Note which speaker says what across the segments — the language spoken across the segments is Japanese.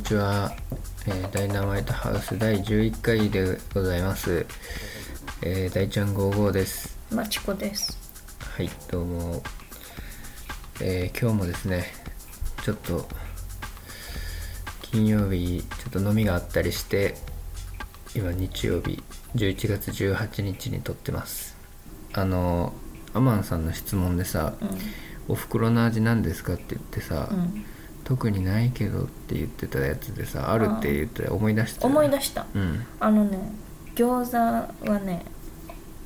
Speaker 1: ちは、えーダイナマイトハウス第11回でございます、えー、大ちゃん55です
Speaker 2: まちこです。
Speaker 1: はいどうも、えー今日もですねちょっと金曜日ちょっと飲みがあったりして今日曜日11月18日に撮ってますあのアマンさんの質問でさ
Speaker 2: うん。
Speaker 1: 「おふくろの味何ですか?」って言ってさ、
Speaker 2: うん、
Speaker 1: 特にないけどって言ってたやつでさあるって言って思い出した
Speaker 2: 思い出
Speaker 1: し
Speaker 2: した。
Speaker 1: うん
Speaker 2: あのね、餃子はね、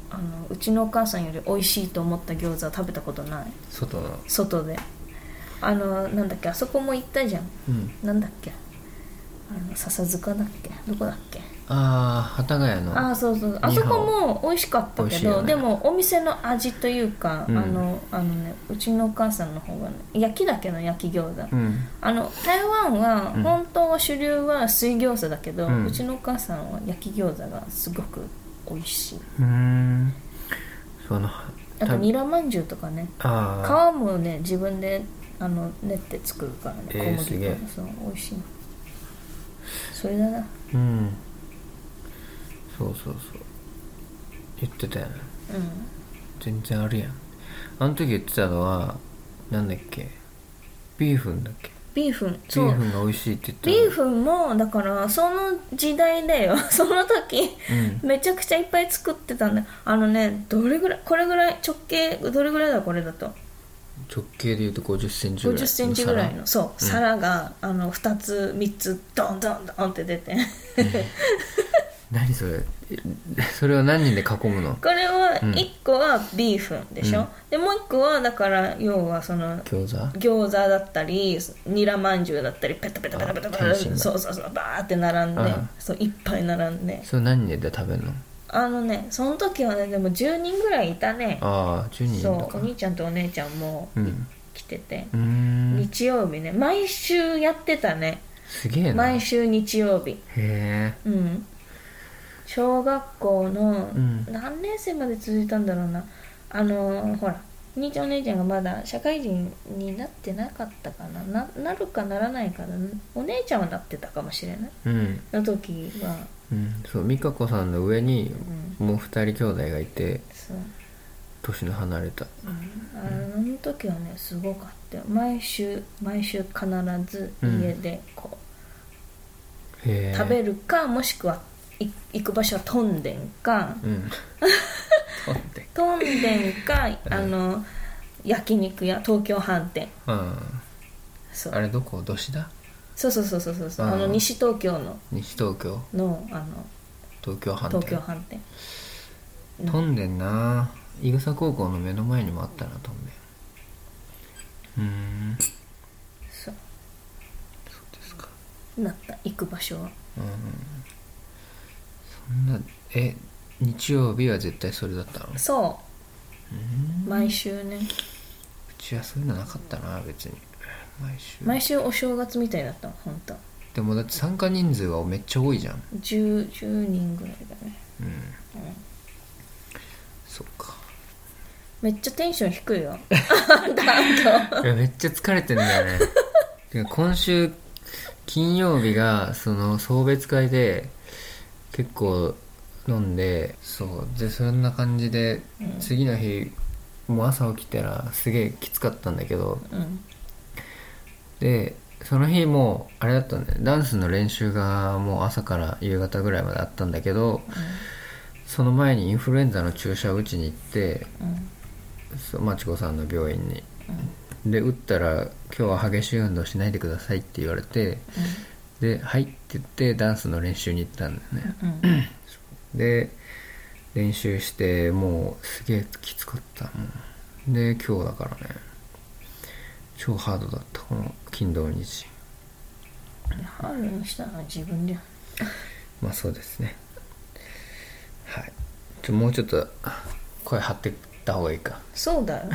Speaker 2: あのうちのお母さんより美味しいと思った餃子は食べたことない。
Speaker 1: 外の
Speaker 2: 外で。あのなんだっけあそこも行ったじゃん。
Speaker 1: うん
Speaker 2: なんだっけ。あの笹塚だっけどこだっけ。
Speaker 1: ああ幡ヶ谷の
Speaker 2: ああそうそうあ
Speaker 1: 日
Speaker 2: そ
Speaker 1: 本
Speaker 2: こも美味しかった
Speaker 1: 美味
Speaker 2: け
Speaker 1: しいよ
Speaker 2: ど、
Speaker 1: ね
Speaker 2: でもお店の味というか、
Speaker 1: うん
Speaker 2: あのあのねうちのお母さんの方がね焼きだけの焼き餃子、
Speaker 1: うん
Speaker 2: あの台湾は
Speaker 1: うん
Speaker 2: 本当は主流は水餃子だけど、
Speaker 1: う
Speaker 2: うんちのお母さんは焼き餃子がすごく美味しいう
Speaker 1: ーんその
Speaker 2: あと
Speaker 1: た
Speaker 2: ニラまんじゅうとかね
Speaker 1: ああ
Speaker 2: 皮もね自分であの練って作るからね
Speaker 1: えー
Speaker 2: 小麦粉
Speaker 1: すげえ
Speaker 2: そう美味しいそれだな
Speaker 1: うんそうそうそう言ってたやん
Speaker 2: う
Speaker 1: 全然あるやんあの時言ってたのはなんだっけビーフンだっけ
Speaker 2: んビーフン
Speaker 1: ビ
Speaker 2: そう
Speaker 1: ーフンが美味しいって言った
Speaker 2: ビ
Speaker 1: の
Speaker 2: ーフンもだからその時代だよ その時
Speaker 1: うん
Speaker 2: めちゃくちゃいっぱい作ってたんだあのねどれぐらいこれぐらい直径どれぐらいだこれだと
Speaker 1: 直径で言うと5 0センチぐ
Speaker 2: 5
Speaker 1: らい
Speaker 2: 0センチぐらいのそう、
Speaker 1: うん
Speaker 2: 皿があの2つ3つドンドンドンって出て
Speaker 1: 何それえそれは何人で囲むの
Speaker 2: これは
Speaker 1: うん
Speaker 2: 1個はビーフンでしょ、
Speaker 1: うん
Speaker 2: でもう1個はだから要はその
Speaker 1: 餃子
Speaker 2: 餃子だったりニラまんじゅうだったりペタペタペタペタペ
Speaker 1: あ
Speaker 2: タ
Speaker 1: 天津だ
Speaker 2: そうそうそうバーって並んで、
Speaker 1: うん
Speaker 2: そういっぱい並んで
Speaker 1: それ何人で食べるの
Speaker 2: あのねその時はねでも10人ぐらいいたね
Speaker 1: ああ10人いるの
Speaker 2: そ
Speaker 1: か
Speaker 2: うお兄ちゃんとお姉ちゃんも
Speaker 1: うん
Speaker 2: 来てて、
Speaker 1: うーん
Speaker 2: 日曜日ね毎週やってたね
Speaker 1: すげえな
Speaker 2: 毎
Speaker 1: へ
Speaker 2: 週日曜日
Speaker 1: え
Speaker 2: うん小学校の
Speaker 1: うん
Speaker 2: 何年生まで続いたんだろうな、あのーほら兄ちゃんお姉ちゃんがまだ社会人になってなかったかなななるかならないかなお姉ちゃんはなってたかもしれない
Speaker 1: うん、
Speaker 2: の時は
Speaker 1: うん、そう美香子さんの上に
Speaker 2: うん
Speaker 1: もう2人兄弟がいて
Speaker 2: そう、
Speaker 1: 年の離れた
Speaker 2: うん、あの時はねすごかったよ毎週毎週必ず家でこう、
Speaker 1: へえ
Speaker 2: 食べるかもしくはい行く場所はトンデンか、
Speaker 1: うん 取って
Speaker 2: トンデンか、
Speaker 1: うん
Speaker 2: あの焼肉屋東京飯店
Speaker 1: うん
Speaker 2: そう
Speaker 1: あれどこどしだ
Speaker 2: そうそうそうそうそうそう
Speaker 1: うん
Speaker 2: あの西東京の
Speaker 1: 西東京
Speaker 2: のあの
Speaker 1: 東京飯店
Speaker 2: 東京飯店
Speaker 1: とんでんな伊草高校の目の前にもあったなとんでんうーん
Speaker 2: そう
Speaker 1: そうですか
Speaker 2: なった行く場所は
Speaker 1: うんそんなえ日曜日は絶対それだったのう
Speaker 2: そ
Speaker 1: ーん
Speaker 2: う毎週ね
Speaker 1: うちはそういうのなかったな別に毎週
Speaker 2: 毎週お正月みたいだったの本当
Speaker 1: でもだって参加人数はめっちゃ多いじゃん
Speaker 2: 10 10人ぐらいだね
Speaker 1: うん、そっか
Speaker 2: めっちゃテンション低いよあんたあんた
Speaker 1: いやめっちゃ疲れてんだよね てか今週金曜日がその送別会で結構飲んでそうでそんな感じで
Speaker 2: うん
Speaker 1: 次の日、もう朝起きたらすげえきつかったんだけど
Speaker 2: うん
Speaker 1: でその日もうあれだったんだよダンスの練習がもう朝から夕方ぐらいまであったんだけどその前にインフルエンザの注射を打ちに行って
Speaker 2: うん
Speaker 1: そうまちこさんの病院に、で打ったら「今日は激しい運動しないでください」って言われてで「はい」って言ってダンスの練習に行ったんだよね
Speaker 2: うんうん
Speaker 1: で練習してもうすげえきつかったもうで今日だからね超ハードだったこの金土日
Speaker 2: ハールにしたのは自分じゃん
Speaker 1: まあそうですねはいちょもうちょっと声張ってった方がいいか
Speaker 2: そうだよ。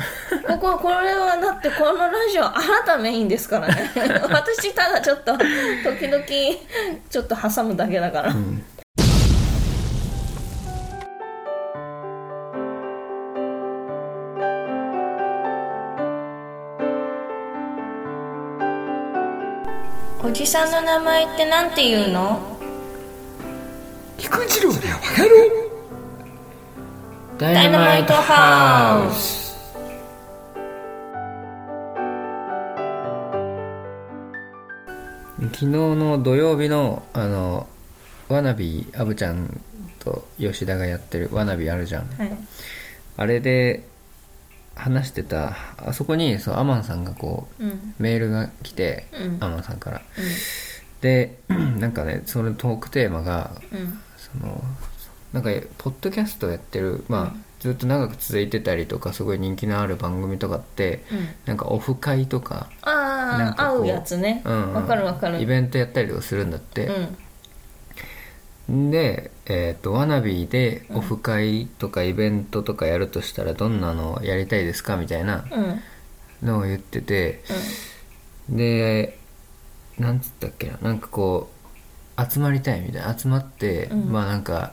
Speaker 2: こここれはだってこのラジオあなたメインですから ね。私ただちょっと時々ちょっと挟むだけだから。
Speaker 1: うん
Speaker 2: おじさんの名前ってなんて言うの
Speaker 3: 菊次郎だよバカ野郎
Speaker 1: ダ
Speaker 2: イナマイトハウ
Speaker 1: ス昨日の土曜日のあのわなびアブちゃんと吉田がやってるわなびあるじゃん
Speaker 2: はい
Speaker 1: あれで話してたあそこにそうアマンさんがこ
Speaker 2: うん
Speaker 1: うメールが来て、
Speaker 2: うん
Speaker 1: アマンさんからで なんかねそのトークテーマが
Speaker 2: うん
Speaker 1: そのなんかポッドキャストやってる、まあずっと長く続いてたりとかすごい人気のある番組とかって
Speaker 2: うん
Speaker 1: なんかオフ会とか,、な
Speaker 2: あ
Speaker 1: ん
Speaker 2: あ
Speaker 1: かこ
Speaker 2: 合
Speaker 1: う
Speaker 2: うやつね
Speaker 1: う
Speaker 2: わ、
Speaker 1: んうん
Speaker 2: かるわかる
Speaker 1: イベントやったりとかするんだっ
Speaker 2: う
Speaker 1: て、
Speaker 2: ん
Speaker 1: で、えー、とワナビーでオフ会とかイベントとかやるとしたらどんなのやりたいですかみたいな
Speaker 2: うん
Speaker 1: のを言っててでなんつったっけななんかこう集まりたいみたいな集まって、
Speaker 2: うん
Speaker 1: まあなんか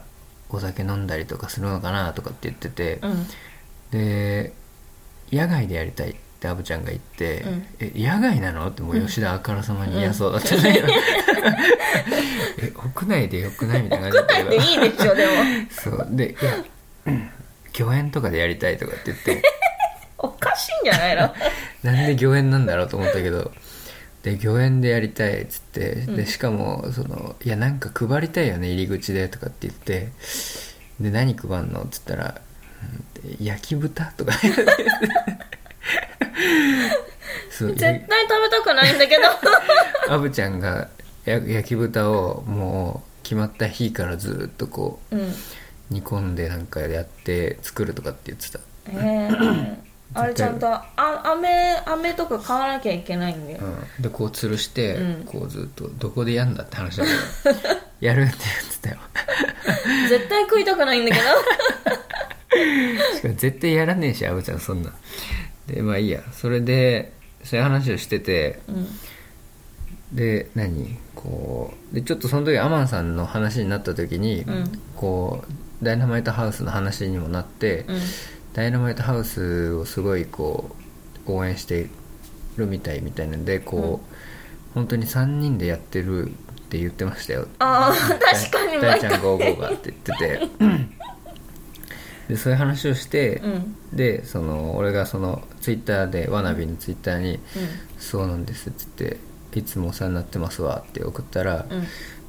Speaker 1: お酒飲んだりとかするのかなとかって言ってて、
Speaker 2: うんうん
Speaker 1: で野外でやりたいってアブちゃんが言って「
Speaker 2: うん
Speaker 1: え野外なの?」ってもう吉田あからさまに嫌そうだったんだ けどえ屋内でよくないみたいな感じだったけど
Speaker 2: でいいでしょでも
Speaker 1: そうでいやうん御苑とかでやりたいとかって言って
Speaker 2: おかしいんじゃないの
Speaker 1: なんで御苑なんだろうと思ったけどで御苑でやりたいっつってでしかもその「いやなんか配りたいよね入り口で」とかって言ってで何配んのっつったら「うん焼き豚?」とかそう
Speaker 2: 絶対食べたくないんだ けど
Speaker 1: アブちゃんがや焼き豚をもう決まった日からずっとこ
Speaker 2: うん
Speaker 1: う煮込んでなんかやって作るとかって言ってた
Speaker 2: えー、あれちゃんとあ飴飴とか買わなきゃいけないんだよ、
Speaker 1: うん、でこう吊るして、
Speaker 2: うん
Speaker 1: こうずっと「どこでやんだ?」って話だけ どやるって言ってたよ
Speaker 2: 絶対食いたくないんだけど
Speaker 1: しかも絶対やらねえしアブちゃんそんなでまあいいやそれでそういう話をしてて
Speaker 2: うん
Speaker 1: で何こうでちょっとその時アマンさんの話になった時に、
Speaker 2: うん
Speaker 1: こうダイナマイトハウスの話にもなって、
Speaker 2: うん
Speaker 1: ダイナマイトハウスをすごいこう応援してるみたいみたいなんでこう、本当に3人でやってるって言ってましたよ
Speaker 2: ああ確かに
Speaker 1: 大
Speaker 2: 毎
Speaker 1: ちゃ
Speaker 2: 回
Speaker 1: ん55がって言っててでそういう話をして
Speaker 2: う、ん
Speaker 1: でその俺がそのツイッターでわなびのツイッターに
Speaker 2: うん
Speaker 1: 「そうなんです」っつって「いつもお世話になってますわ」って送ったら、
Speaker 2: うん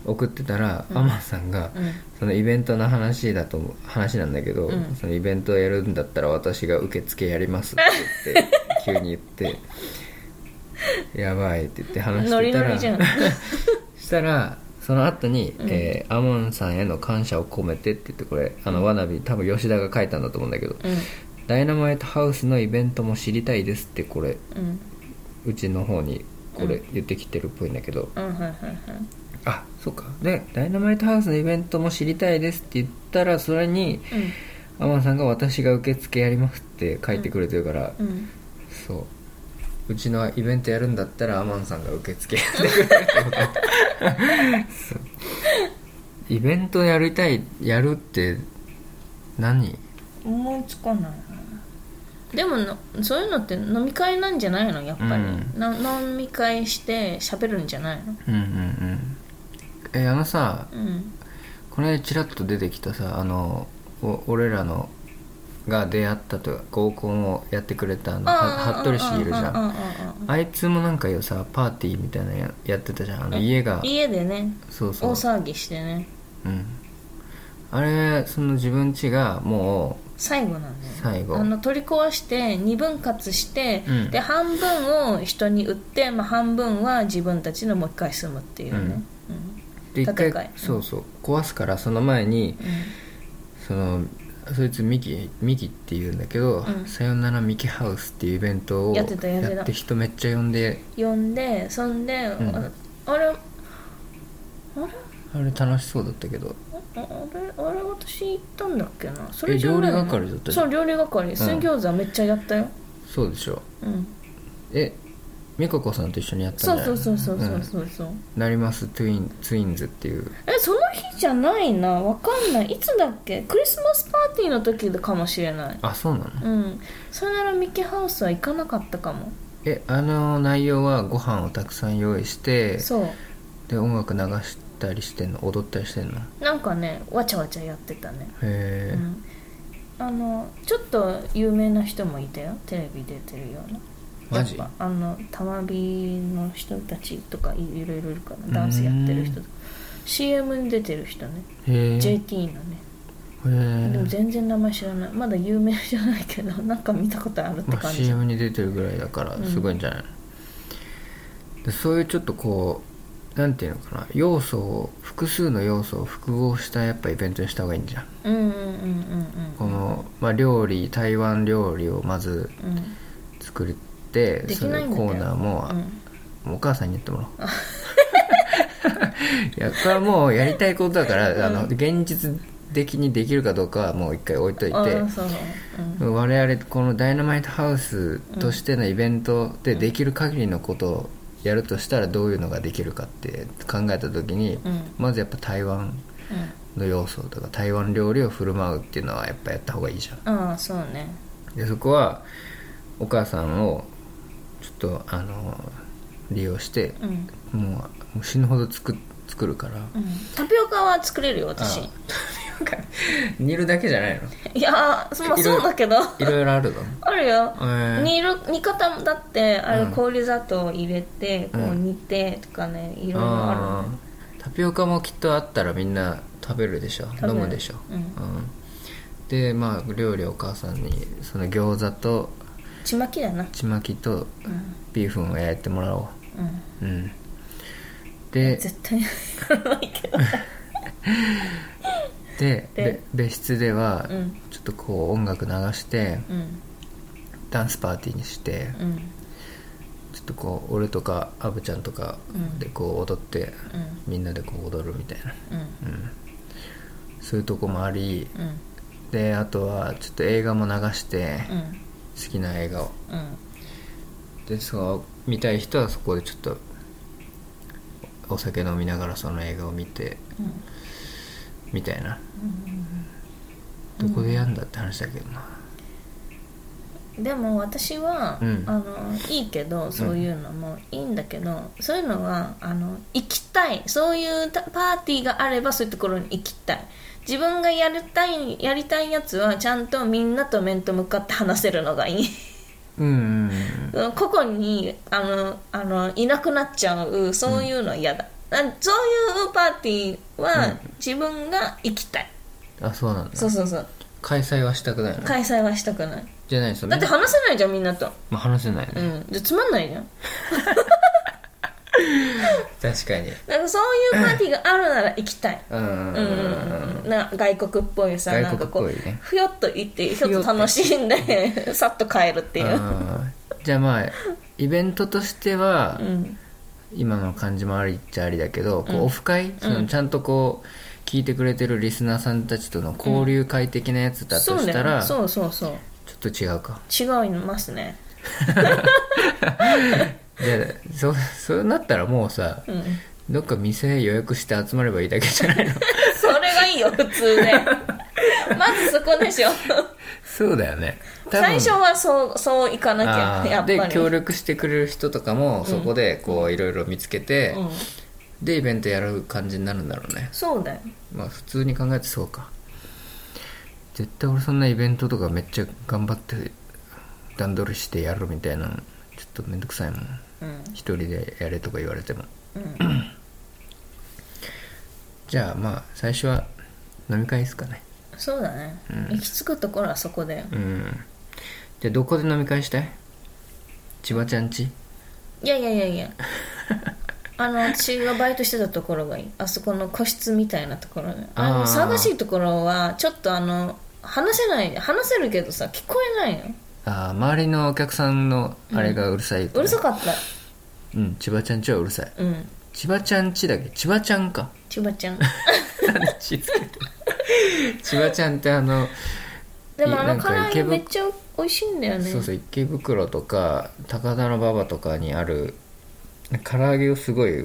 Speaker 1: 送ってたら、アマンさんが、
Speaker 2: うん
Speaker 1: そのイベントの話だと思う話なんだけど、
Speaker 2: うん
Speaker 1: そのイベントをやるんだったら私が受付やりますって言って急に言っ て「やばい」って言って話し
Speaker 2: ノ
Speaker 1: て
Speaker 2: リ
Speaker 1: た
Speaker 2: ノ
Speaker 1: ら
Speaker 2: リじ ゃん
Speaker 1: したらその後に、
Speaker 2: うん
Speaker 1: えーアモンさんへの感謝を込めて」って言ってこれあのわなび多分吉田が書いたんだと思うんだけど
Speaker 2: う
Speaker 1: 「ダイナマイトハウスのイベントも知りたいです」ってこれ
Speaker 2: んうん
Speaker 1: うちの方にこれ言ってきてるっぽいんだけど、
Speaker 2: うんはいはいはい
Speaker 1: あそうかで「ダイナマイトハウスのイベントも知りたいです」って言ったらそれにアマンさんが「私が受付やります」って書いてくれてるから、
Speaker 2: うんうん
Speaker 1: そううちのイベントやるんだったらアマンさんが受付やってくれるってことそうイベントやりたいやるって何
Speaker 2: 思いつかないなでものそういうのって飲み会なんじゃないのやっぱり、
Speaker 1: うん
Speaker 2: な飲み会して喋るんじゃないの
Speaker 1: うんうんうんえあのさ
Speaker 2: うん
Speaker 1: この間ちらっと出てきたさあのお俺らのが出会ったというか合コンをやってくれたあのは服部氏いるじゃ
Speaker 2: ああ
Speaker 1: ん
Speaker 2: ああああ
Speaker 1: あいつもなんかよさパーティーみたいなのややってたじゃんあの家が
Speaker 2: 家でね
Speaker 1: そう
Speaker 2: 大
Speaker 1: そう
Speaker 2: 騒ぎしてね
Speaker 1: うん、あれその自分家がも
Speaker 2: 最後なんだよ
Speaker 1: 最後
Speaker 2: あの取り壊して2分割して、
Speaker 1: うん
Speaker 2: で半分を人に売って、まあ、半分は自分たちのもう一回住むっていうね
Speaker 1: うで一
Speaker 2: 建
Speaker 1: 回
Speaker 2: て替え
Speaker 1: そうそう壊すからその前にそのそいつミキミキっていうんだけど「
Speaker 2: うん
Speaker 1: さよならミキハウス」っていうイベントを
Speaker 2: やってたやってた
Speaker 1: やって人めっちゃ呼んで
Speaker 2: うん、呼んでそんで、
Speaker 1: ん
Speaker 2: あれあれ
Speaker 1: あれ楽しそうだったけど
Speaker 2: あれあれ私行ったんだっけなそれじゃ
Speaker 1: え
Speaker 2: ない
Speaker 1: 料理係だったじゃ
Speaker 2: そ
Speaker 1: ん
Speaker 2: う料理係水餃子めっちゃやったよ、
Speaker 1: そうでしょ
Speaker 2: うん、
Speaker 1: え美香子さんと一緒にやった
Speaker 2: そ
Speaker 1: ん
Speaker 2: う
Speaker 1: だ
Speaker 2: そ
Speaker 1: よ
Speaker 2: うそうそうそうんそうそう
Speaker 1: なりますツインツインズっていう
Speaker 2: えその日じゃないなわかんないいつだっけクリスマスパーティーの時かもしれない
Speaker 1: あそうなの
Speaker 2: うんさよならミキハウスは行かなかったかも
Speaker 1: えあの内容はご飯をたくさん用意して
Speaker 2: そう
Speaker 1: で音楽流したりしてんの踊ったりしてんのへ
Speaker 2: なんかねわちゃわちゃやってたね、う
Speaker 1: え、
Speaker 2: ん、あのちょっと有名な人もいたよテレビ出てるような
Speaker 1: マジ
Speaker 2: やっぱあの玉火の人たちとかいいろいろいるからダンスやってる人とか CM に出てる人ね
Speaker 1: へえ
Speaker 2: JT のねでも
Speaker 1: へえ、
Speaker 2: 全然名前知らないまだ有名じゃないけど なんか見たことあるって
Speaker 1: まあ、
Speaker 2: 感じ、
Speaker 1: CM に出てるぐらいだから
Speaker 2: うん
Speaker 1: すごいんじゃない、でそういうちょっとこうなんていうのかな要素を複数の要素を複合したやっぱイベントにした方がいいんじゃん
Speaker 2: うんうんうんうん
Speaker 1: この、まあ、料理台湾料理をまず
Speaker 2: うん
Speaker 1: 作って
Speaker 2: でき
Speaker 1: そ
Speaker 2: な
Speaker 1: の
Speaker 2: いんだ
Speaker 1: コーナーも、
Speaker 2: うんうん
Speaker 1: お母さんにやってもらおう いやこれはもうやりたいことだから、あの現実的にできるかどうかはもう一回置いといて、
Speaker 2: あーそうそううん
Speaker 1: 我々このダイナマイトハウスとしてのイベントでできる限りのことをやるとしたらどういうのができるかって考えた時に、
Speaker 2: うん
Speaker 1: まずやっぱ台湾の要素とか台湾料理を振る舞うっていうのはやっぱやった方がいいじゃん
Speaker 2: うんああそうね
Speaker 1: でそこはお母さんをちょっとあの利用して
Speaker 2: うんうん
Speaker 1: もうもう死ぬほど作作る から
Speaker 2: タピオカは作れるよ私
Speaker 1: あ煮るだけじゃないの
Speaker 2: いやーそ,、まあ、
Speaker 1: いろいろ
Speaker 2: そうだけど
Speaker 1: いろいろあるの
Speaker 2: あるよ
Speaker 1: えー
Speaker 2: 煮る煮方だってあ
Speaker 1: う
Speaker 2: れ
Speaker 1: ん
Speaker 2: 氷砂糖入れてこう
Speaker 1: うん
Speaker 2: 煮てとかねいろいろあ
Speaker 1: あータピオカもきっとあったらみんな食べるでしょ
Speaker 2: べ
Speaker 1: 飲
Speaker 2: る
Speaker 1: むでしょ、
Speaker 2: うん
Speaker 1: でまあ料理をお母さんにその餃子と
Speaker 2: るちまきだな
Speaker 1: ちまきと
Speaker 2: うん
Speaker 1: ビーフンを焼いてもらお
Speaker 2: うん
Speaker 1: ううんで
Speaker 2: 絶対 やらないけ ど
Speaker 1: で
Speaker 2: で
Speaker 1: べ別室では
Speaker 2: うん
Speaker 1: ちょっとこう音楽流して
Speaker 2: うん
Speaker 1: ダンスパーティーにして
Speaker 2: うんうん
Speaker 1: ちょっとこう俺とかアブちゃんとか
Speaker 2: うん
Speaker 1: でこう踊ってみんなでこう踊るみたいな、
Speaker 2: うん
Speaker 1: うん、そういうとこもあり
Speaker 2: うん
Speaker 1: であとはちょっと映画も流して
Speaker 2: うん
Speaker 1: 好きな映画を
Speaker 2: うん
Speaker 1: でそう見たい人はそこでちょっとお酒飲みながらその映画を見て
Speaker 2: うん
Speaker 1: みたいなどこでやんだって話だけどな
Speaker 2: でも私は、
Speaker 1: うん
Speaker 2: あのいいけどそういうのもいいんだけど、そういうのはあの行きたいそういうたパーティーがあればそういうところに行きたい自分がやりたいやりたいやつはちゃんとみんなと面と向かって話せるのがいい
Speaker 1: うんうん
Speaker 2: うん個々にあのあのいなくなっちゃうそういうのは嫌だ、あそういうパーティーは、自分が行きたい
Speaker 1: うんあそうなんだ
Speaker 2: そうそうそう
Speaker 1: 開催はしたくないの
Speaker 2: 開催はしたくない
Speaker 1: じゃないですよ
Speaker 2: だって話せないじゃんみんなと
Speaker 1: まあ、話せないね、
Speaker 2: うんじゃあつまんないじゃん
Speaker 1: 確かに
Speaker 2: なんかそういうパーティーがあるなら行きたい。
Speaker 1: うんうんん
Speaker 2: うう
Speaker 1: うんん
Speaker 2: うん、な外国っぽいさ
Speaker 1: 外国っぽいね
Speaker 2: なんかこうふよっと行ってちょっと楽しんで さっと帰るっていうう、
Speaker 1: んじゃあまあイベントとしては
Speaker 2: うん、
Speaker 1: 今の感じもありっちゃありだけど、こ
Speaker 2: うん
Speaker 1: うオフ会、そのちゃんとこう聞いてくれてるリスナーさんたちとの交流会的なやつだ
Speaker 2: そ
Speaker 1: と
Speaker 2: う
Speaker 1: した
Speaker 2: だよ
Speaker 1: ら、
Speaker 2: ね
Speaker 1: ちょ
Speaker 2: そうそうそう
Speaker 1: っと違うか
Speaker 2: 違いますね
Speaker 1: じゃあそうそうなったらもうさ、
Speaker 2: うん
Speaker 1: どっか店予約して集まればいいだけじゃ ないの
Speaker 2: それがいいよ普通ね まずそこでしょ
Speaker 1: そうだよね多分
Speaker 2: 最初はそうそう行かなき
Speaker 1: あ
Speaker 2: ゃ
Speaker 1: ー
Speaker 2: やっぱり
Speaker 1: で協力してくれる人とかもそこでこういろいろ見つけて、
Speaker 2: うん、
Speaker 1: でイベントやる感じになるんだろうね
Speaker 2: そうだよ
Speaker 1: まあ普通に考えてそうか絶対俺そんなイベントとかめっちゃ頑張って段取りしてやるみたいなのちょっとめんどくさいもん
Speaker 2: うん
Speaker 1: 一人でやれとか言われても
Speaker 2: うん
Speaker 1: じゃあまあ最初は飲み会ですかね
Speaker 2: そうだね、行き着くところはそこだよ
Speaker 1: うんじゃあどこで飲み会したい千葉ちゃんち
Speaker 2: いやいやいやいやあの私がバイトしてたところがいいあそこの個室みたいなところねあの
Speaker 1: あー
Speaker 2: 騒がしいところはちょっとあの話せない話せるけどさ聞こえないの
Speaker 1: ああ周りのお客さんのあれがうるさい、
Speaker 2: うるさかった
Speaker 1: うん千葉ちゃんちはうるさい
Speaker 2: うん
Speaker 1: 千葉ちゃんちだっけ千葉ちゃんか
Speaker 2: 千葉ちゃん
Speaker 1: なんでちつけた 千葉ちゃんってあの
Speaker 2: でも
Speaker 1: いや
Speaker 2: あ
Speaker 1: なん
Speaker 2: の
Speaker 1: か
Speaker 2: 唐揚
Speaker 1: 池
Speaker 2: げ
Speaker 1: 袋
Speaker 2: めっちゃ美味しいんだよね
Speaker 1: そうそう池袋とか高田馬場とかにある唐揚げをすごい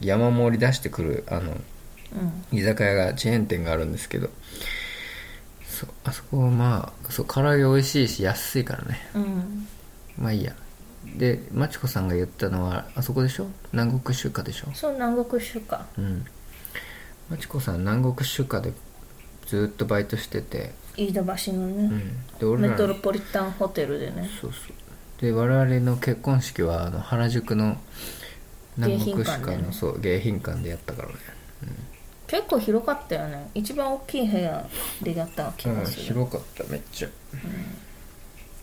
Speaker 1: 山盛り出してくるあの
Speaker 2: うん
Speaker 1: 居酒屋がチェーン店があるんですけどそうあそこはまあそう唐揚げ美味しいし安いからね
Speaker 2: うん
Speaker 1: まあいいやでまちこさんが言ったのはあそこでしょ南国集荷でしょ
Speaker 2: そう南国酒か
Speaker 1: うんまちこさん南国集荷でずっとバイトしてて、
Speaker 2: 飯田橋のね、
Speaker 1: うん、で俺
Speaker 2: メ
Speaker 1: ら
Speaker 2: トロ
Speaker 1: の
Speaker 2: ポリタンホテルでね
Speaker 1: そうそうで我々の結婚式はあの原宿の南国市
Speaker 2: 迎賓
Speaker 1: 館
Speaker 2: 館
Speaker 1: の、
Speaker 2: ね
Speaker 1: そう迎賓館でやったからね、
Speaker 2: 結構広かったよね一番大きい部屋でやった気がする、
Speaker 1: 広かっためっちゃ、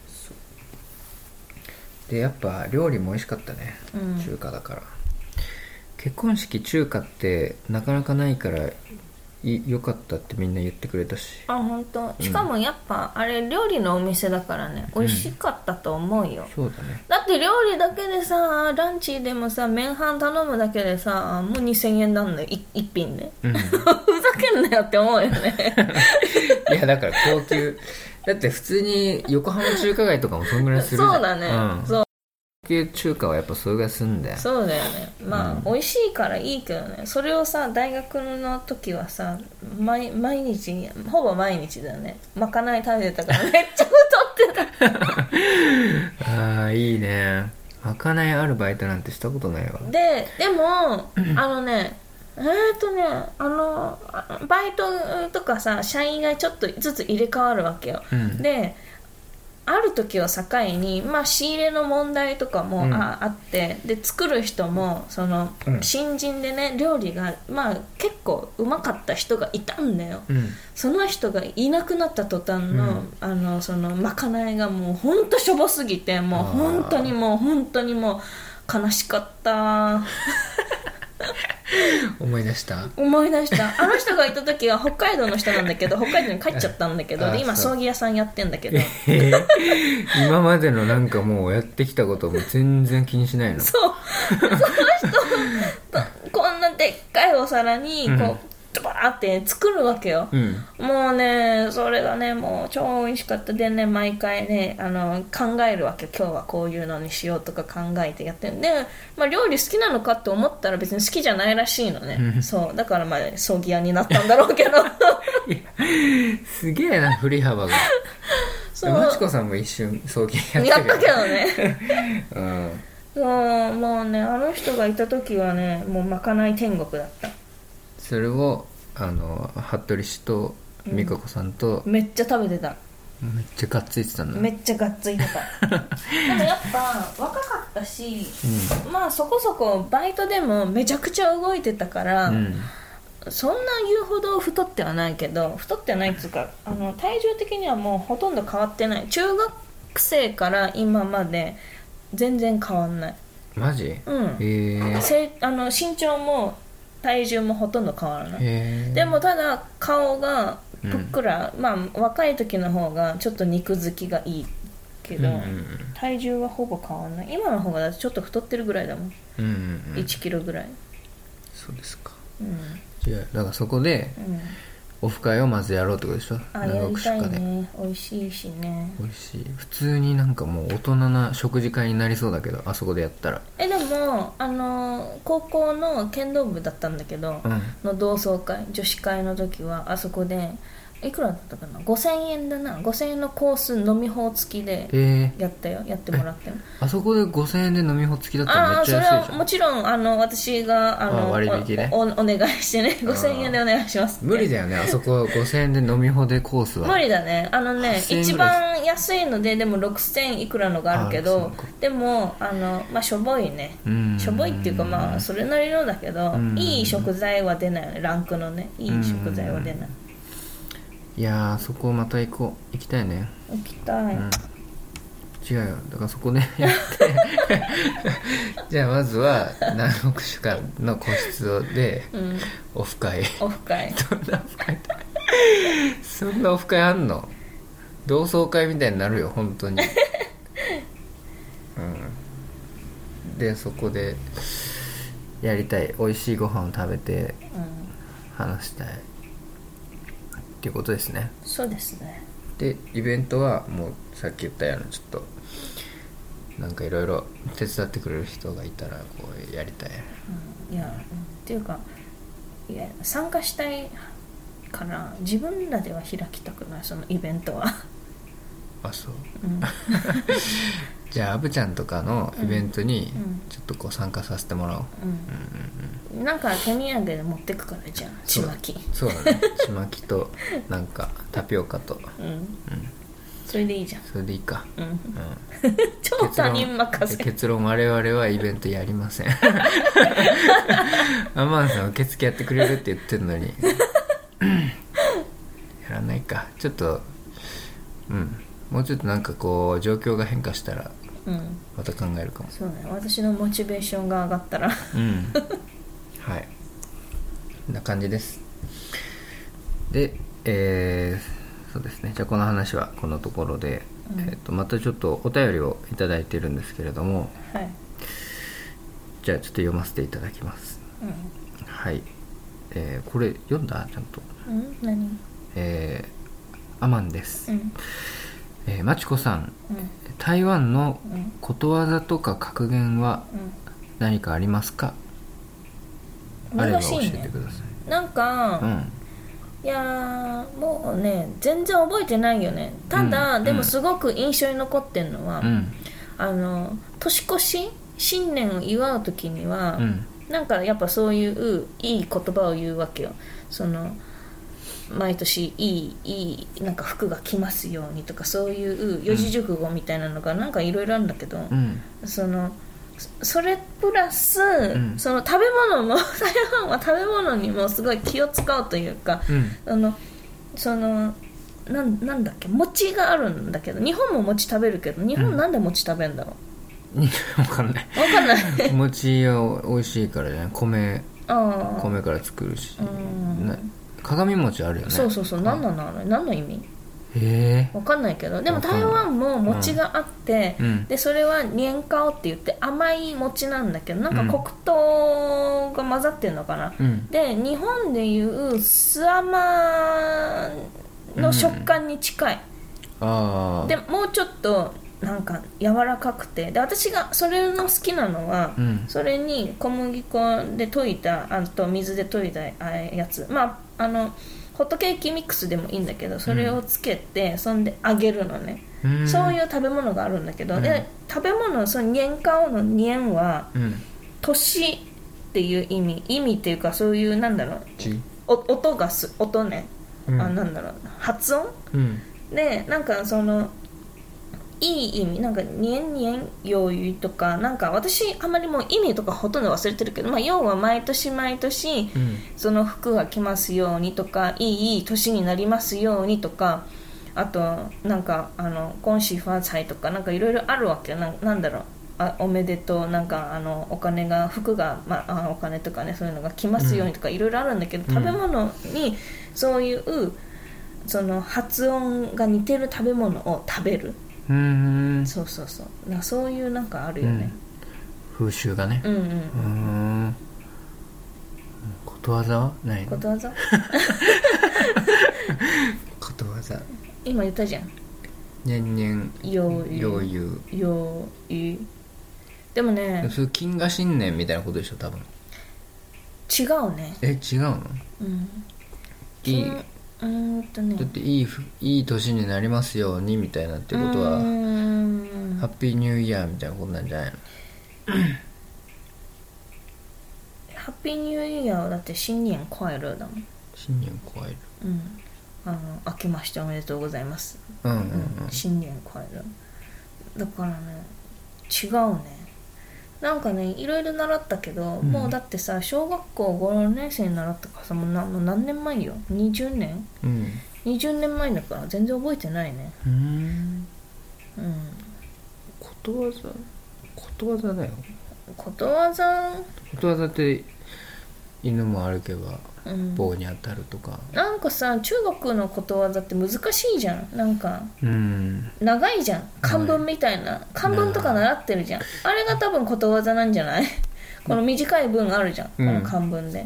Speaker 1: そうでやっぱ料理も美味しかったね、
Speaker 2: うん
Speaker 1: 中華だから結婚式中華ってなかなかないからい良かったってみんな言ってくれたし
Speaker 2: あ本当。しかもやっぱ、あれ料理のお店だからね美味しかったと思うよ、
Speaker 1: そうだね
Speaker 2: だって料理だけでさランチでもさ麺飯頼むだけでさもう2000円なんだよい一品で、
Speaker 1: うん
Speaker 2: ふざけんなよって思うよね
Speaker 1: いやだから高級だって普通に横浜中華街とかもそんぐら いす
Speaker 2: そ
Speaker 1: る
Speaker 2: う
Speaker 1: じゃん
Speaker 2: だね、
Speaker 1: うん
Speaker 2: そう
Speaker 1: 高級中華はやっぱそれぐらいすんだよ
Speaker 2: そうだよねまあ、
Speaker 1: うん
Speaker 2: 美味しいからいいけどねそれをさ大学の時はさ毎毎日ほぼ毎日だよねまかない食べてたからめっ ちゃ太ってた
Speaker 1: ああいいねまかないあるバイトなんてしたことないわ
Speaker 2: ででもあのねえー、とねあのあバイトとかさ社員がちょっとずつ入れ替わるわけよ、
Speaker 1: うん
Speaker 2: である時を境に、まあ、仕入れの問題とかも、
Speaker 1: うん
Speaker 2: ああってで作る人もその、
Speaker 1: うん
Speaker 2: 新人でね料理が、まあ、結構うまかった人がいたんだよ、
Speaker 1: うん
Speaker 2: その人がいなくなった途端の,、
Speaker 1: うん
Speaker 2: あのそのまかないがもうほんとしょぼすぎてもう
Speaker 1: あー
Speaker 2: 本当にもう本当にもう悲しかった
Speaker 1: 思い出した
Speaker 2: 思い出したあの人がいた時は北海道の人なんだけど北海道に帰っちゃったんだけど
Speaker 1: あー
Speaker 2: で今
Speaker 1: そう
Speaker 2: 葬儀屋さんやってんだけど
Speaker 1: 今までのなんかもうやってきたことも全然気にしないの
Speaker 2: そうその人とこんなでっかいお皿にこう、
Speaker 1: うん
Speaker 2: ドバーって作るわけよ、
Speaker 1: うん
Speaker 2: もうねそれがねもう超美味しかったでね毎回ねあの考えるわけ今日はこういうのにしようとか考えてやってるんで、まあ、料理好きなのかって思ったら別に好きじゃないらしいのね
Speaker 1: うん
Speaker 2: そうだからまあ葬儀屋になったんだろ うけど
Speaker 1: すげえな振り幅が
Speaker 2: そ
Speaker 1: まち
Speaker 2: う
Speaker 1: こさんも一瞬送金や
Speaker 2: や
Speaker 1: っ
Speaker 2: ったた
Speaker 1: け
Speaker 2: け
Speaker 1: ど
Speaker 2: どね
Speaker 1: うん
Speaker 2: そうもうねあの人がいた時はねもうまかない天国だった
Speaker 1: それをあの服部氏と美香子さんと
Speaker 2: めっちゃ食べてた
Speaker 1: めっちゃがっついてたんだ
Speaker 2: めっちゃがっつい てたでもやっぱ若かったし、まあそこそこバイトでもめちゃくちゃ動いてたから、
Speaker 1: うん
Speaker 2: そんな言うほど太ってはないけど太ってはないっていうかあの体重的にはもうほとんど変わってない中学生から今まで全然変わんない
Speaker 1: マジ
Speaker 2: うん
Speaker 1: へえ
Speaker 2: せあの身長も体重もほとんど変わらない
Speaker 1: へえ
Speaker 2: でもただ顔がぷっくら、まあ若い時の方がちょっと肉付きがいいけ
Speaker 1: うん
Speaker 2: ど、
Speaker 1: うん
Speaker 2: 体重はほぼ変わんない今の方がだってちょっと太ってるぐらいだもん、
Speaker 1: うんうんうん
Speaker 2: 1キロぐらい
Speaker 1: そうですか
Speaker 2: うん
Speaker 1: じゃあだからそこで
Speaker 2: うん
Speaker 1: オフ会をまずやろうってことでしょ
Speaker 2: あやりたいね美味しいしね
Speaker 1: 美味しい普通になんかもう大人な食事会になりそうだけどあそこでやったら
Speaker 2: えでもあの高校の剣道部だったんだけど、
Speaker 1: うん
Speaker 2: の同窓会女子会の時はあそこでいくらだったかな5000円だな5000円のコース飲み放付きで
Speaker 1: えー、
Speaker 2: やったよやってもらったよ
Speaker 1: あそこで5000円で飲み放付きだったら
Speaker 2: あ
Speaker 1: め
Speaker 2: あ
Speaker 1: っ
Speaker 2: そ
Speaker 1: ちゃ
Speaker 2: れ
Speaker 1: 安い
Speaker 2: は
Speaker 1: じゃ
Speaker 2: も
Speaker 1: ん
Speaker 2: ちろんあの私があの
Speaker 1: あ割引ね
Speaker 2: おおお願いしてね5000円でお願いしますって
Speaker 1: 無理だよねあそこ5000円で飲み放でコースは
Speaker 2: 無理だねあのね
Speaker 1: 8000
Speaker 2: 一番安いのででも6000いくらのがあるけ
Speaker 1: あ
Speaker 2: ど
Speaker 1: 6000か
Speaker 2: でもあのまあしょぼいね
Speaker 1: うん
Speaker 2: しょぼいっていうかまあそれなりのだけど
Speaker 1: うん
Speaker 2: いい食材は出ないよねランクのねいい食材は出ない
Speaker 1: いやーそこまた行こう行きたいね
Speaker 2: 行きたい
Speaker 1: うん違うよだからそこでやって じゃあまずは南国主館の個室をで
Speaker 2: うん
Speaker 1: オフ会
Speaker 2: オフ会
Speaker 1: どんなオフ会だそんなオフ会あんの同窓会みたいになるよ本当にうんでそこでやりたい美味しいご飯を食べて
Speaker 2: うん
Speaker 1: 話したいっていうことですね
Speaker 2: そうですね
Speaker 1: でイベントはもうさっき言ったようなちょっとなんかいろいろ手伝ってくれる人がいたらこうやりたい
Speaker 2: いやうんっていうかいや参加したいから自分らでは開きたくないそのイベントは
Speaker 1: あそう
Speaker 2: うん
Speaker 1: じゃあアブちゃんとかのイベントに
Speaker 2: うんうん
Speaker 1: ちょっとこう参加させてもらおう、
Speaker 2: うんなんか手土産で持ってくからじゃんちまき
Speaker 1: そうだねちまきとなんかタピオカと
Speaker 2: うんそれでいいじゃん
Speaker 1: それでいいか、
Speaker 2: うん
Speaker 1: うん、
Speaker 2: 超他人任せ
Speaker 1: 結論我々はイベントやりま せんアマンさん受付やってくれるって言ってるのに やらないかちょっとうんもうちょっとなんかこう状況が変化したら
Speaker 2: うん
Speaker 1: また考えるかも
Speaker 2: そうね私のモチベーションが上がった ら
Speaker 1: うん はいこんな感じですでえーそうですねじゃあこの話はこのところで、
Speaker 2: うん
Speaker 1: えっとまたちょっとお便りをいただいてるんですけれども
Speaker 2: はい、
Speaker 1: じゃあちょっと読ませていただきますはい、えーこれ読んだちゃんと
Speaker 2: うん、うん、何
Speaker 1: えーアマンです、
Speaker 2: うん
Speaker 1: えーまちこさん
Speaker 2: うん
Speaker 1: 台湾の
Speaker 2: うん
Speaker 1: ことわざとか格言は何かありますか、
Speaker 2: うん
Speaker 1: あれば
Speaker 2: 難し
Speaker 1: 教
Speaker 2: い
Speaker 1: えて
Speaker 2: ね
Speaker 1: くださ
Speaker 2: なんか、
Speaker 1: い、うん
Speaker 2: いやーもうね全然覚えてないよねただ、
Speaker 1: うん
Speaker 2: でもすごく印象に残ってるのは、
Speaker 1: うん
Speaker 2: あの年越し新年を祝う時には、
Speaker 1: うん
Speaker 2: なんかやっぱそういういい言葉を言うわけよその毎年いいいいなんか服が着ますようにとかそういう四字熟語みたいなのがなんかいろいろあるんだけど、
Speaker 1: うん
Speaker 2: そのそそれプラス、
Speaker 1: ん
Speaker 2: その食べ物も 台湾は食べ物にもすごい気を使うというか、
Speaker 1: うん
Speaker 2: あのそのなんなんだっけ餅があるんだけど日本も餅食べるけど日本なんで餅食べるんだろ
Speaker 1: 分かんないう
Speaker 2: わかんない
Speaker 1: 餅は美味しいからじゃない米
Speaker 2: ああ、
Speaker 1: 米から作るし、
Speaker 2: うん
Speaker 1: な鏡餅あるよね
Speaker 2: そうそうそう何なのあれ何の意味
Speaker 1: へえ
Speaker 2: わかんないけどでも
Speaker 1: わかんない
Speaker 2: 台湾も餅があって、
Speaker 1: うん
Speaker 2: でそれは年糕って言って甘い餅なんだけどなんか
Speaker 1: うん
Speaker 2: 黒糖が混ざってるのかな、
Speaker 1: うん
Speaker 2: で日本でいうすあまの食感に近い、
Speaker 1: ああ
Speaker 2: でもうちょっとなんか柔らかくてで私がそれの好きなのは、
Speaker 1: うん
Speaker 2: それに小麦粉で溶いたあと水で溶いたあやつまああのホットケーキミックスでもいいんだけどそれをつけて、そんで揚げるのね、
Speaker 1: うん
Speaker 2: そういう食べ物があるんだけど、
Speaker 1: うん
Speaker 2: で食べ物その年間の年は
Speaker 1: うん
Speaker 2: 年っていう意味意味っていうかそういうなんだろう
Speaker 1: ち
Speaker 2: お音がす音ね、
Speaker 1: うん
Speaker 2: あなんだろう発音
Speaker 1: うん
Speaker 2: でなんかそのいい意味なんか「にえんにえんよゆ」とかなんか私あまりもう意味とかほとんど忘れてるけど、まあ、要は毎年毎年
Speaker 1: うん
Speaker 2: その服が着ますようにとかいいいい年になりますようにとかあとなんかあの「今シファー祭」とかなんかいろいろあるわけなんなんだろうあおめでとうなんかあのお金が服が、まあ、あお金とかねそういうのが来ますようにとかいろいろあるんだけど、
Speaker 1: うん
Speaker 2: 食べ物にそういうその発音が似てる食べ物を食べる
Speaker 1: うーん
Speaker 2: そうそうそうなんかそういうなんかあるよね、
Speaker 1: 風習がね
Speaker 2: うん、うん
Speaker 1: うーんことわざはない
Speaker 2: こ
Speaker 1: の
Speaker 2: とわざ
Speaker 1: ことわざ
Speaker 2: 今言ったじゃん
Speaker 1: にゃんにゃん
Speaker 2: よう
Speaker 1: ようゆう
Speaker 2: よういでもね
Speaker 1: それ金河新年みたいなことでしょ多分
Speaker 2: 違うね
Speaker 1: え違うの
Speaker 2: うん
Speaker 1: いい
Speaker 2: うんうーんとね
Speaker 1: だっていいふいい年になりますようにみたいなってことは
Speaker 2: うー
Speaker 1: ハッ
Speaker 2: ん
Speaker 1: ピーニューイヤーみたいなことなんじゃないの
Speaker 2: ハッピーニューイヤーはだって新年超えるだもん
Speaker 1: 新年超える
Speaker 2: うんあの明けましておめでとうございます
Speaker 1: うんうん
Speaker 2: 新年超えるだからね違うねなんかねいろいろ習ったけど、
Speaker 1: ん
Speaker 2: もうだってさ小学校56年生に習ったからさもうなもう何年前よ20年
Speaker 1: うん
Speaker 2: 20年前だから全然覚えてないね
Speaker 1: うんうん
Speaker 2: うん
Speaker 1: ことわざことわざだよ
Speaker 2: ことわざ
Speaker 1: ことわざって犬も歩けば
Speaker 2: うん
Speaker 1: 棒に当たるとか
Speaker 2: なんかさ中国のことわざって難しいじゃんなんか
Speaker 1: うん
Speaker 2: 長いじゃん漢文みたいな漢文とか習ってるじゃんあれが多分ことわざなんじゃない この短い文あるじゃん、
Speaker 1: うん
Speaker 2: この漢文で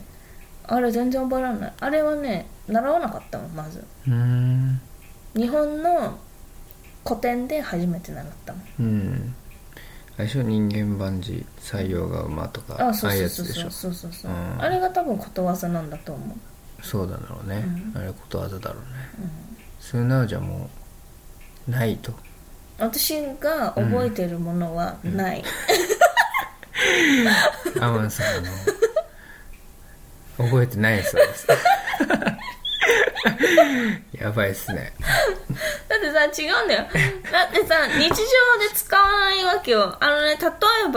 Speaker 2: あれ全然覚えられないあれはね習わなかったもんまず
Speaker 1: うん
Speaker 2: 日本の古典で初めて習ったもん
Speaker 1: うん最初人間万事採用が馬とか
Speaker 2: あそう
Speaker 1: ああいう
Speaker 2: そ
Speaker 1: やつ
Speaker 2: うそう
Speaker 1: でし
Speaker 2: そ
Speaker 1: ょ
Speaker 2: うそうそうそう
Speaker 1: うん
Speaker 2: あれが多分ことわざなんだと思う
Speaker 1: そうだろう ね、あれことわざだろうね、素直じゃもうないと
Speaker 2: 私が覚えてるものはない、
Speaker 1: アマンさんの覚えてないそう ですやばいっすね
Speaker 2: だってさ違う んだよだってさ日常で使わないわけよあのね例えば、
Speaker 1: うん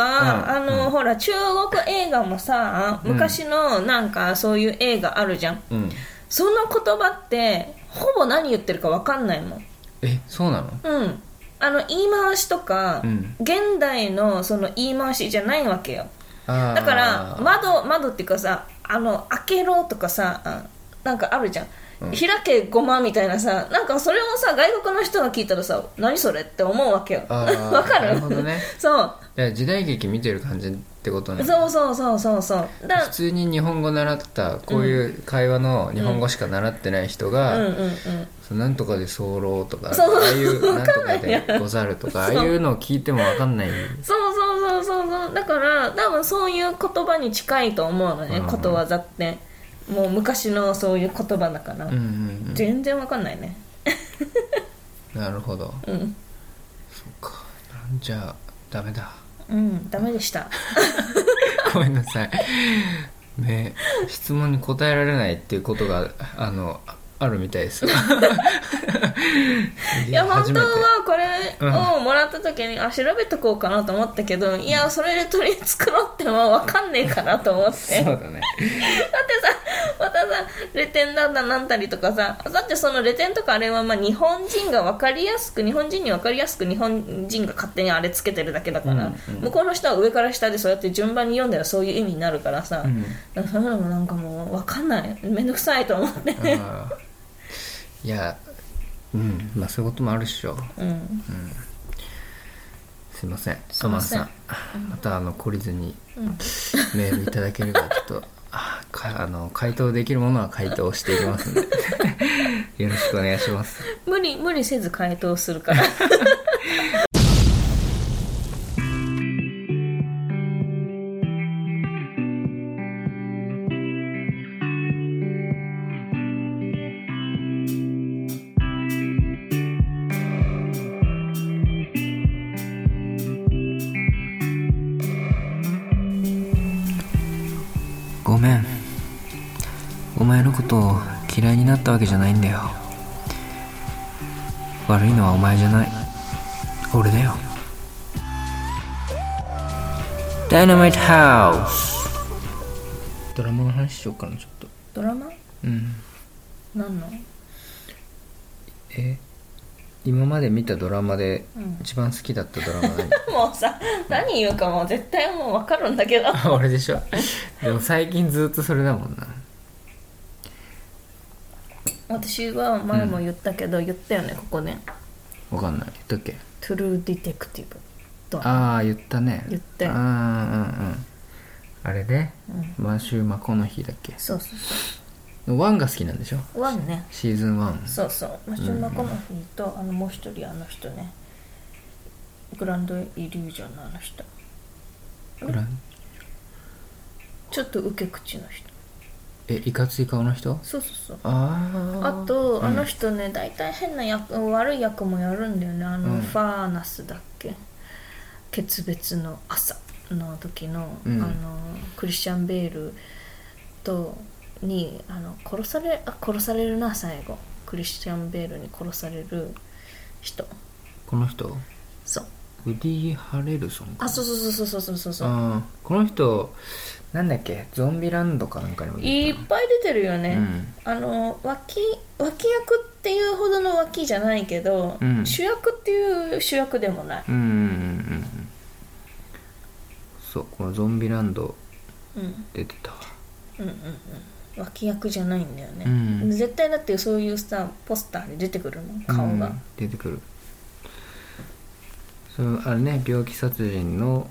Speaker 2: あの、
Speaker 1: うん
Speaker 2: ほら中国映画もさ昔のなんかそういう映画あるじゃん、
Speaker 1: うん
Speaker 2: その言葉ってほぼ何言ってるか分かんないもん
Speaker 1: えそうなの
Speaker 2: うんあの言い回しとか、
Speaker 1: うん
Speaker 2: 現代のその言い回しじゃないわけよ
Speaker 1: あー
Speaker 2: だから窓窓っていうかさあの開けろとかさあなんかあるじゃん、
Speaker 1: うん
Speaker 2: 開けごまみたいなさなんかそれをさ外国の人が聞いたらさ何それって思うわけよ
Speaker 1: あー
Speaker 2: わかる
Speaker 1: なるほどね
Speaker 2: そう
Speaker 1: いや時代劇見てる感じってことね
Speaker 2: そうそうそうそうそうだ
Speaker 1: 普通に日本語習ったこういう会話の日本語しか習ってない人が、
Speaker 2: うんうんうん
Speaker 1: そのなんとかで候とか
Speaker 2: そう
Speaker 1: ああいうなんとか
Speaker 2: わかんない
Speaker 1: で
Speaker 2: よ
Speaker 1: ござるとかああ
Speaker 2: そう
Speaker 1: いうのを聞いてもわかんない
Speaker 2: そうそうそうそうそうだから多分そういう言葉に近いと思うのね、
Speaker 1: うん
Speaker 2: ことわざってもう昔のそういう言葉だから、
Speaker 1: うんうん
Speaker 2: 全然わかんないね
Speaker 1: うんなるほど
Speaker 2: うん
Speaker 1: そっかなんじゃあダメだ
Speaker 2: うんダメでした
Speaker 1: ごめんなさいね質問に答えられないっていうことがあのああるみたいです い
Speaker 2: いや本当は
Speaker 1: う
Speaker 2: こ
Speaker 1: ん
Speaker 2: れをもらった時に、あ調べとこうかなと思ったけどいやそれで取り繕っても分かんねえかなと思って
Speaker 1: そう
Speaker 2: だっ
Speaker 1: だ
Speaker 2: てさ
Speaker 1: ね
Speaker 2: またさレテンだんだなんたりとかさだってそのレテンとかあれはまあ日本人が分かりやすく日本人に分かりやすく日本人が勝手にあれつけてるだけだから、
Speaker 1: うんうん
Speaker 2: 向こうの人は上から下でそうやって順番に読んだらそういう意味になるからさ、
Speaker 1: うん
Speaker 2: だからそういうのもなんかもう分かんない面倒くさいと思って
Speaker 1: あーいやうんまあそういうこともあるっしょ
Speaker 2: うん
Speaker 1: すいません
Speaker 2: す
Speaker 1: ト
Speaker 2: い
Speaker 1: マ
Speaker 2: ま
Speaker 1: ン
Speaker 2: せん
Speaker 1: さんまたあの懲りずに
Speaker 2: うん
Speaker 1: メールいただければちょっとあかあの回答できるものは回答していきますんで よろしくお願いします
Speaker 2: 無理無理せず回答するから
Speaker 1: ごめんお前のことを嫌いになったわけじゃないんだよ悪いのはお前じゃない俺だよダイナマイトハウスドラマの話しようかなちょっと
Speaker 2: ドラマ
Speaker 1: うん
Speaker 2: なんの
Speaker 1: え今まで見たドラマで
Speaker 2: うん
Speaker 1: 一番好きだったドラマ何
Speaker 2: もうさ何言うかもう絶対もう分かるんだけど
Speaker 1: 俺でしょでも最近ずっとそれだもんな
Speaker 2: 私は前も言ったけど、言ったよねここね
Speaker 1: わかんない言ったっけ
Speaker 2: 「トゥルーディテクティブ」と
Speaker 1: ああ言ったね
Speaker 2: 言った
Speaker 1: うん
Speaker 2: よ
Speaker 1: うんうんあれで、マシュー・マコノヒーだっけ
Speaker 2: そうそうそ
Speaker 1: ワンが好きなんでしょ
Speaker 2: うワンね
Speaker 1: シーズンワン
Speaker 2: そうそうマシュマコノフィーと、あのもう一人あの人ねグランドイリュージョンのあの人
Speaker 1: グラン
Speaker 2: ちょっと受け口の人
Speaker 1: えいかつい顔の人
Speaker 2: そうそうそう
Speaker 1: ああ
Speaker 2: あとあの人ね大体変な役悪い役もやるんだよねあの、
Speaker 1: うん
Speaker 2: ファーナスだっけ決別の朝の時の,、
Speaker 1: うん
Speaker 2: あのクリスチャン・ベールとにあの殺されあ殺されるな最後クリスチャン・ベールに殺される人
Speaker 1: この人ウ
Speaker 2: そう
Speaker 1: ディ・ハレルソンか
Speaker 2: あそうそうそうそうそうそうそう
Speaker 1: うんこの人なんだっけゾンビランドかなんかにも
Speaker 2: い
Speaker 1: 出
Speaker 2: ってぱい出てるよね、
Speaker 1: うん
Speaker 2: あの脇脇役っていうほどの脇じゃないけど、
Speaker 1: うん
Speaker 2: 主役っていう主役でもない
Speaker 1: たうんうんうんうんそうこのゾンビランド
Speaker 2: うん
Speaker 1: 出てたわ
Speaker 2: うんうんうん脇役じゃないんだよね、
Speaker 1: うん
Speaker 2: 絶対だってそういうさポスターに出てくるの顔
Speaker 1: う
Speaker 2: が
Speaker 1: ん出てくるそのあれね病気殺人の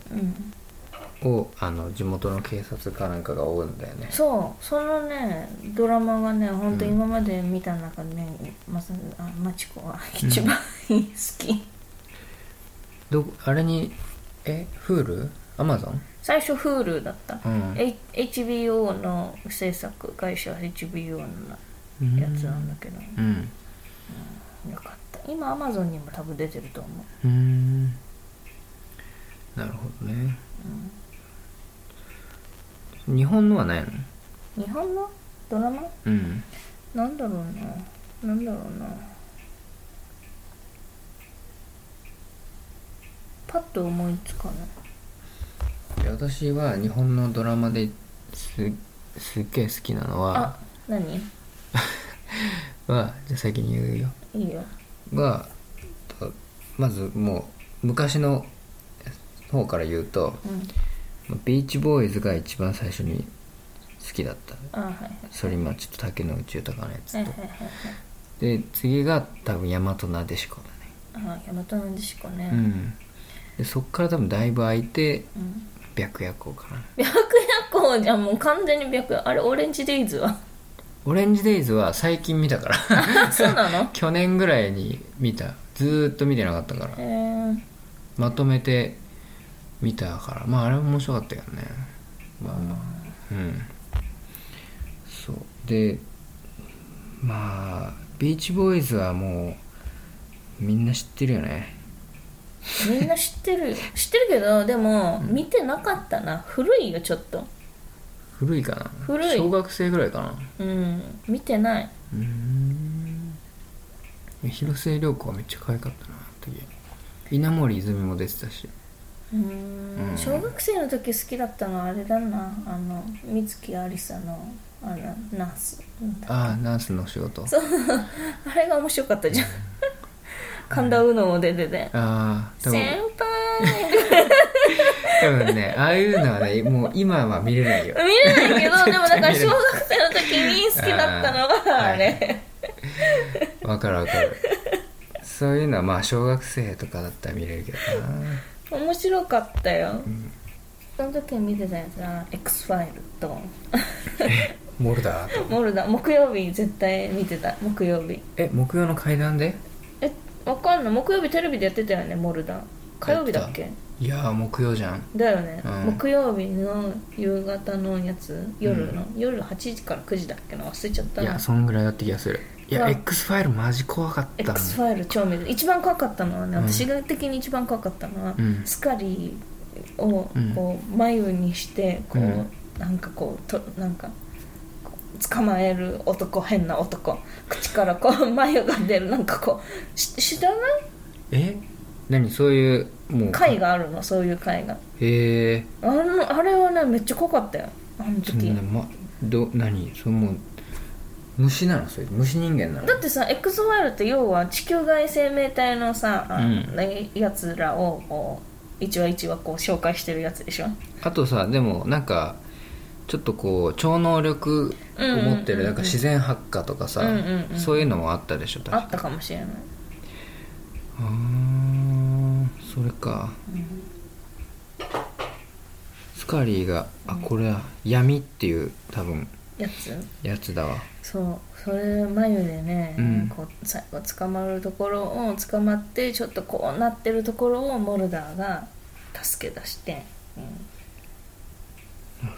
Speaker 2: うん、
Speaker 1: をあの地元の警察かなんかが追うんだよね
Speaker 2: そうそのねドラマがね本当今まで見た中でね、まさあマチコは一番好き
Speaker 1: どこあれにえフールアマゾン
Speaker 2: 最初 Hulu だった、
Speaker 1: うん
Speaker 2: H- HBO の制作会社 HBO のやつなんだけど、
Speaker 1: うん
Speaker 2: よかった今アマゾンにも多分出てると思う
Speaker 1: うーんなるほどね、日本のはないの
Speaker 2: 日本のドラマ
Speaker 1: うん
Speaker 2: なんだろうななんだろうなパッと思いつかない
Speaker 1: で私は日本のドラマですすっげえ好きなのは
Speaker 2: あ何い
Speaker 1: はじゃあ先に言うよ
Speaker 2: いよ
Speaker 1: はとまずもう昔の方から言うと
Speaker 2: うん
Speaker 1: ビーチボーイズが一番最初に好きだった
Speaker 2: あはいはい
Speaker 1: それ今ちょっと竹野内豊のやつ
Speaker 2: はい
Speaker 1: と
Speaker 2: はいはい
Speaker 1: で次が多分大和なでしこだね
Speaker 2: あ大和なんでしこね
Speaker 1: うんでそっから多分だいぶ空いて
Speaker 2: うん
Speaker 1: 白夜行かな
Speaker 2: 白夜行じゃんもう完全に白夜あれオレンジデイズ は
Speaker 1: オレンジデイズは最近見たから
Speaker 2: そうなの
Speaker 1: 去年ぐらいに見たずーっと見てなかったから
Speaker 2: えー、
Speaker 1: まとめて見たからまああれも面白かったよねまあまあうんそうでまあビーチボーイズはもうみんな知ってるよね
Speaker 2: みんな知ってる知ってるけどでも見てなかったな古いよちょっと
Speaker 1: 古いかな
Speaker 2: 古い
Speaker 1: 小学生ぐらいかな
Speaker 2: うん見てないう
Speaker 1: ーん広末涼子はめっちゃ可愛かったな時稲森泉も出てたし
Speaker 2: うー
Speaker 1: うん
Speaker 2: ん小学生の時好きだったのはあれだなあの美月ありさのあのナースなんだ
Speaker 1: ああナースの仕事
Speaker 2: そうあれが面白かったじゃん神田うのも出てて
Speaker 1: ああ
Speaker 2: 「
Speaker 1: 多
Speaker 2: 先
Speaker 1: 分
Speaker 2: 輩!」
Speaker 1: 多分ねああいうのはねもう今は見れないよ
Speaker 2: 見れない けどでもだから
Speaker 1: 見れ
Speaker 2: 小
Speaker 1: ない
Speaker 2: 学生の時に好きだったの
Speaker 1: あー
Speaker 2: は
Speaker 1: はい
Speaker 2: あれ
Speaker 1: わかるわかるそういうのはまあ小学生とかだったら見れるけどな
Speaker 2: 面白かったよその時見てたやつが「X ファイル」と
Speaker 1: モルダーと
Speaker 2: 「モルダ」木曜日絶対見てた木曜日
Speaker 1: え木曜の階段で
Speaker 2: えわかんない木曜日テレビでやってたよねモルダ火曜日だっけ
Speaker 1: いやー木曜じゃん
Speaker 2: だよね、
Speaker 1: うん
Speaker 2: 木曜日の夕方のやつ夜の、夜8時から9時だっけな忘れちゃった
Speaker 1: いやそんぐらいだった気がするいうや
Speaker 2: わ
Speaker 1: X ファイルマジ怖かったもん
Speaker 2: X ファイル超見る一番怖かったのはね、
Speaker 1: うん
Speaker 2: 私が的に一番怖かったのは、
Speaker 1: うん
Speaker 2: スカリーを
Speaker 1: うん
Speaker 2: こう眉にしてこう、
Speaker 1: うん
Speaker 2: なんかこうとなんかこう捕まえる男変な男口からこう 眉が出るなんかこうし知らない
Speaker 1: え何そういうもう
Speaker 2: 回があるのそういう回が
Speaker 1: へえ
Speaker 2: あのあれはねめっちゃ怖かったよあの
Speaker 1: そん
Speaker 2: 時、
Speaker 1: なまど何それもう虫なのそれ虫人間なの
Speaker 2: だってさ XY って要は地球外生命体のさ、あ
Speaker 1: うん
Speaker 2: ねやつらをこう一話一話こう紹介してるやつでしょ
Speaker 1: あとさでもなんかちょっとこう超能力を持って
Speaker 2: うんうんうんう
Speaker 1: る
Speaker 2: ん
Speaker 1: なんか自然発火とかさ、
Speaker 2: うんうんうん
Speaker 1: そういうのもあったでしょ確
Speaker 2: あ
Speaker 1: か
Speaker 2: ったかもしれない、
Speaker 1: あーそれかスカリーがあこれは闇っていう多分
Speaker 2: やつ
Speaker 1: やつだわ
Speaker 2: そうそれ眉でね、
Speaker 1: うん
Speaker 2: こう最後捕まるところを捕まってちょっとこうなってるところをモルダーが助け出して、うん、なる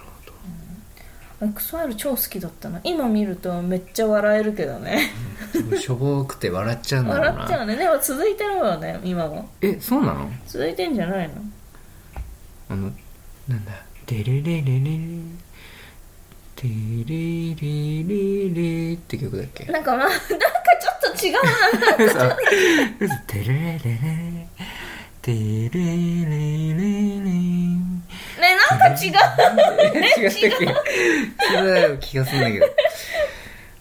Speaker 2: ほど、うん、XY 超好きだったな今見るとめっちゃ笑えるけどね
Speaker 1: 多分しょぼくて笑っちゃうんだろう
Speaker 2: 笑っちゃ
Speaker 1: な
Speaker 2: うねでも続いてるわね今も
Speaker 1: えそうなの
Speaker 2: 続いてんじゃないの
Speaker 1: あのなんだ「テレレレレレ」「テレレレレ」って曲だっ け
Speaker 2: なんかまあなんかちょっと違う な
Speaker 1: 嘘嘘テレレレレテレレレレ
Speaker 2: ねなんか違う
Speaker 1: 違ったっけ違う気がするんだけど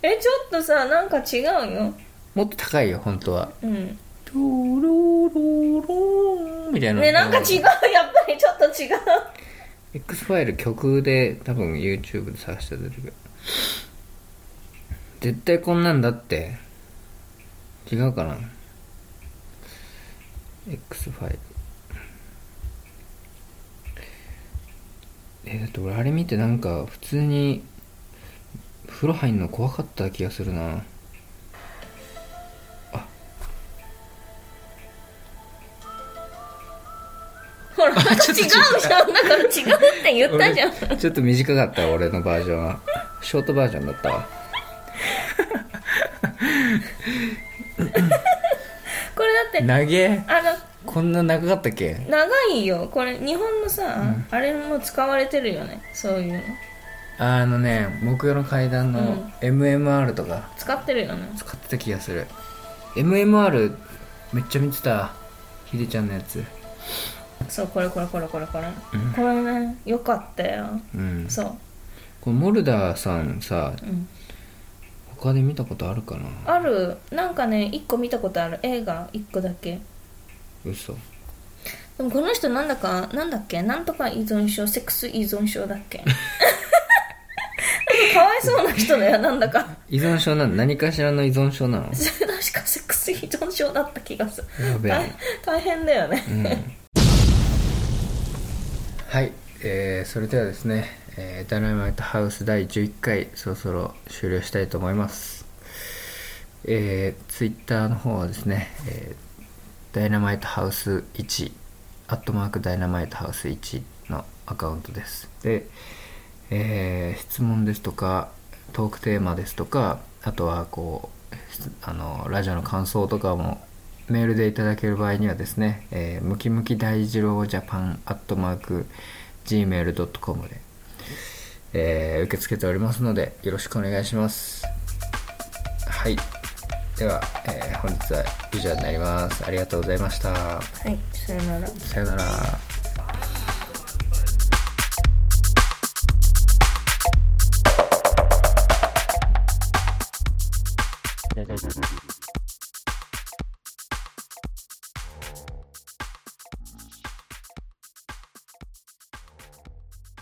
Speaker 2: えちょっとさなんか違うよ
Speaker 1: もっと高いよ本当は
Speaker 2: うん
Speaker 1: トゥロロロンみたいな
Speaker 2: ねなんか違うやっぱりちょっと違う
Speaker 1: X ファイル曲で多分 YouTube で探して出てくる絶対こんなんだって違うかな X ファイルえだって俺あれ見てなんか普通に風呂入んの怖かった気がするな
Speaker 2: ほらなんか違う
Speaker 1: ちょっと違う
Speaker 2: じゃんだから違うって言ったじゃん
Speaker 1: 俺ちょっと短かったわ俺のバージョンはショートバージョンだったわ
Speaker 2: だって
Speaker 1: 長え
Speaker 2: あの
Speaker 1: こんな長かったっけ
Speaker 2: 長いよこれ日本のさ、あれも使われてるよねそういうの
Speaker 1: あのね木曜の階段
Speaker 2: う
Speaker 1: の
Speaker 2: ん
Speaker 1: MMR とか
Speaker 2: 使ってるよね
Speaker 1: 使ってた気がする MMR めっちゃ見てたひでちゃんのやつ
Speaker 2: そうこれこれこれこれこれ、これねよかったよ
Speaker 1: うん
Speaker 2: そう、
Speaker 1: これモルダーさんさ
Speaker 2: うん、
Speaker 1: 他で見たことあるかな
Speaker 2: あるなんかね1個見たことある映画1個だけ
Speaker 1: 嘘
Speaker 2: でもこの人なんだかなんだっけなんとか依存症セックス依存症だっけ なんかかわいそうな人だよなんだか
Speaker 1: 依存症なの何かしらの依存症なの
Speaker 2: 確かセックス依存症だった気がする
Speaker 1: やべ
Speaker 2: 大
Speaker 1: え
Speaker 2: 大変だよね、
Speaker 1: はい、えーそれではですね、えーダイナマイトハウス第11回そろそろ終了したいと思いますえー、ツイッターの方はですね、えーダイナマイトハウス1アットマークダイナマイトハウス1のアカウントですで、えー質問ですとかトークテーマですとかあとはこうしあのラジオの感想とかもメールでいただける場合にはですね、えームキムキ大二郎ジャパンアットマーク gmail.com で、えー受け付けておりますのでよろしくお願いしますはいでは、えー本日は以上になりますありがとうございました
Speaker 2: はいさよなら
Speaker 1: さよなら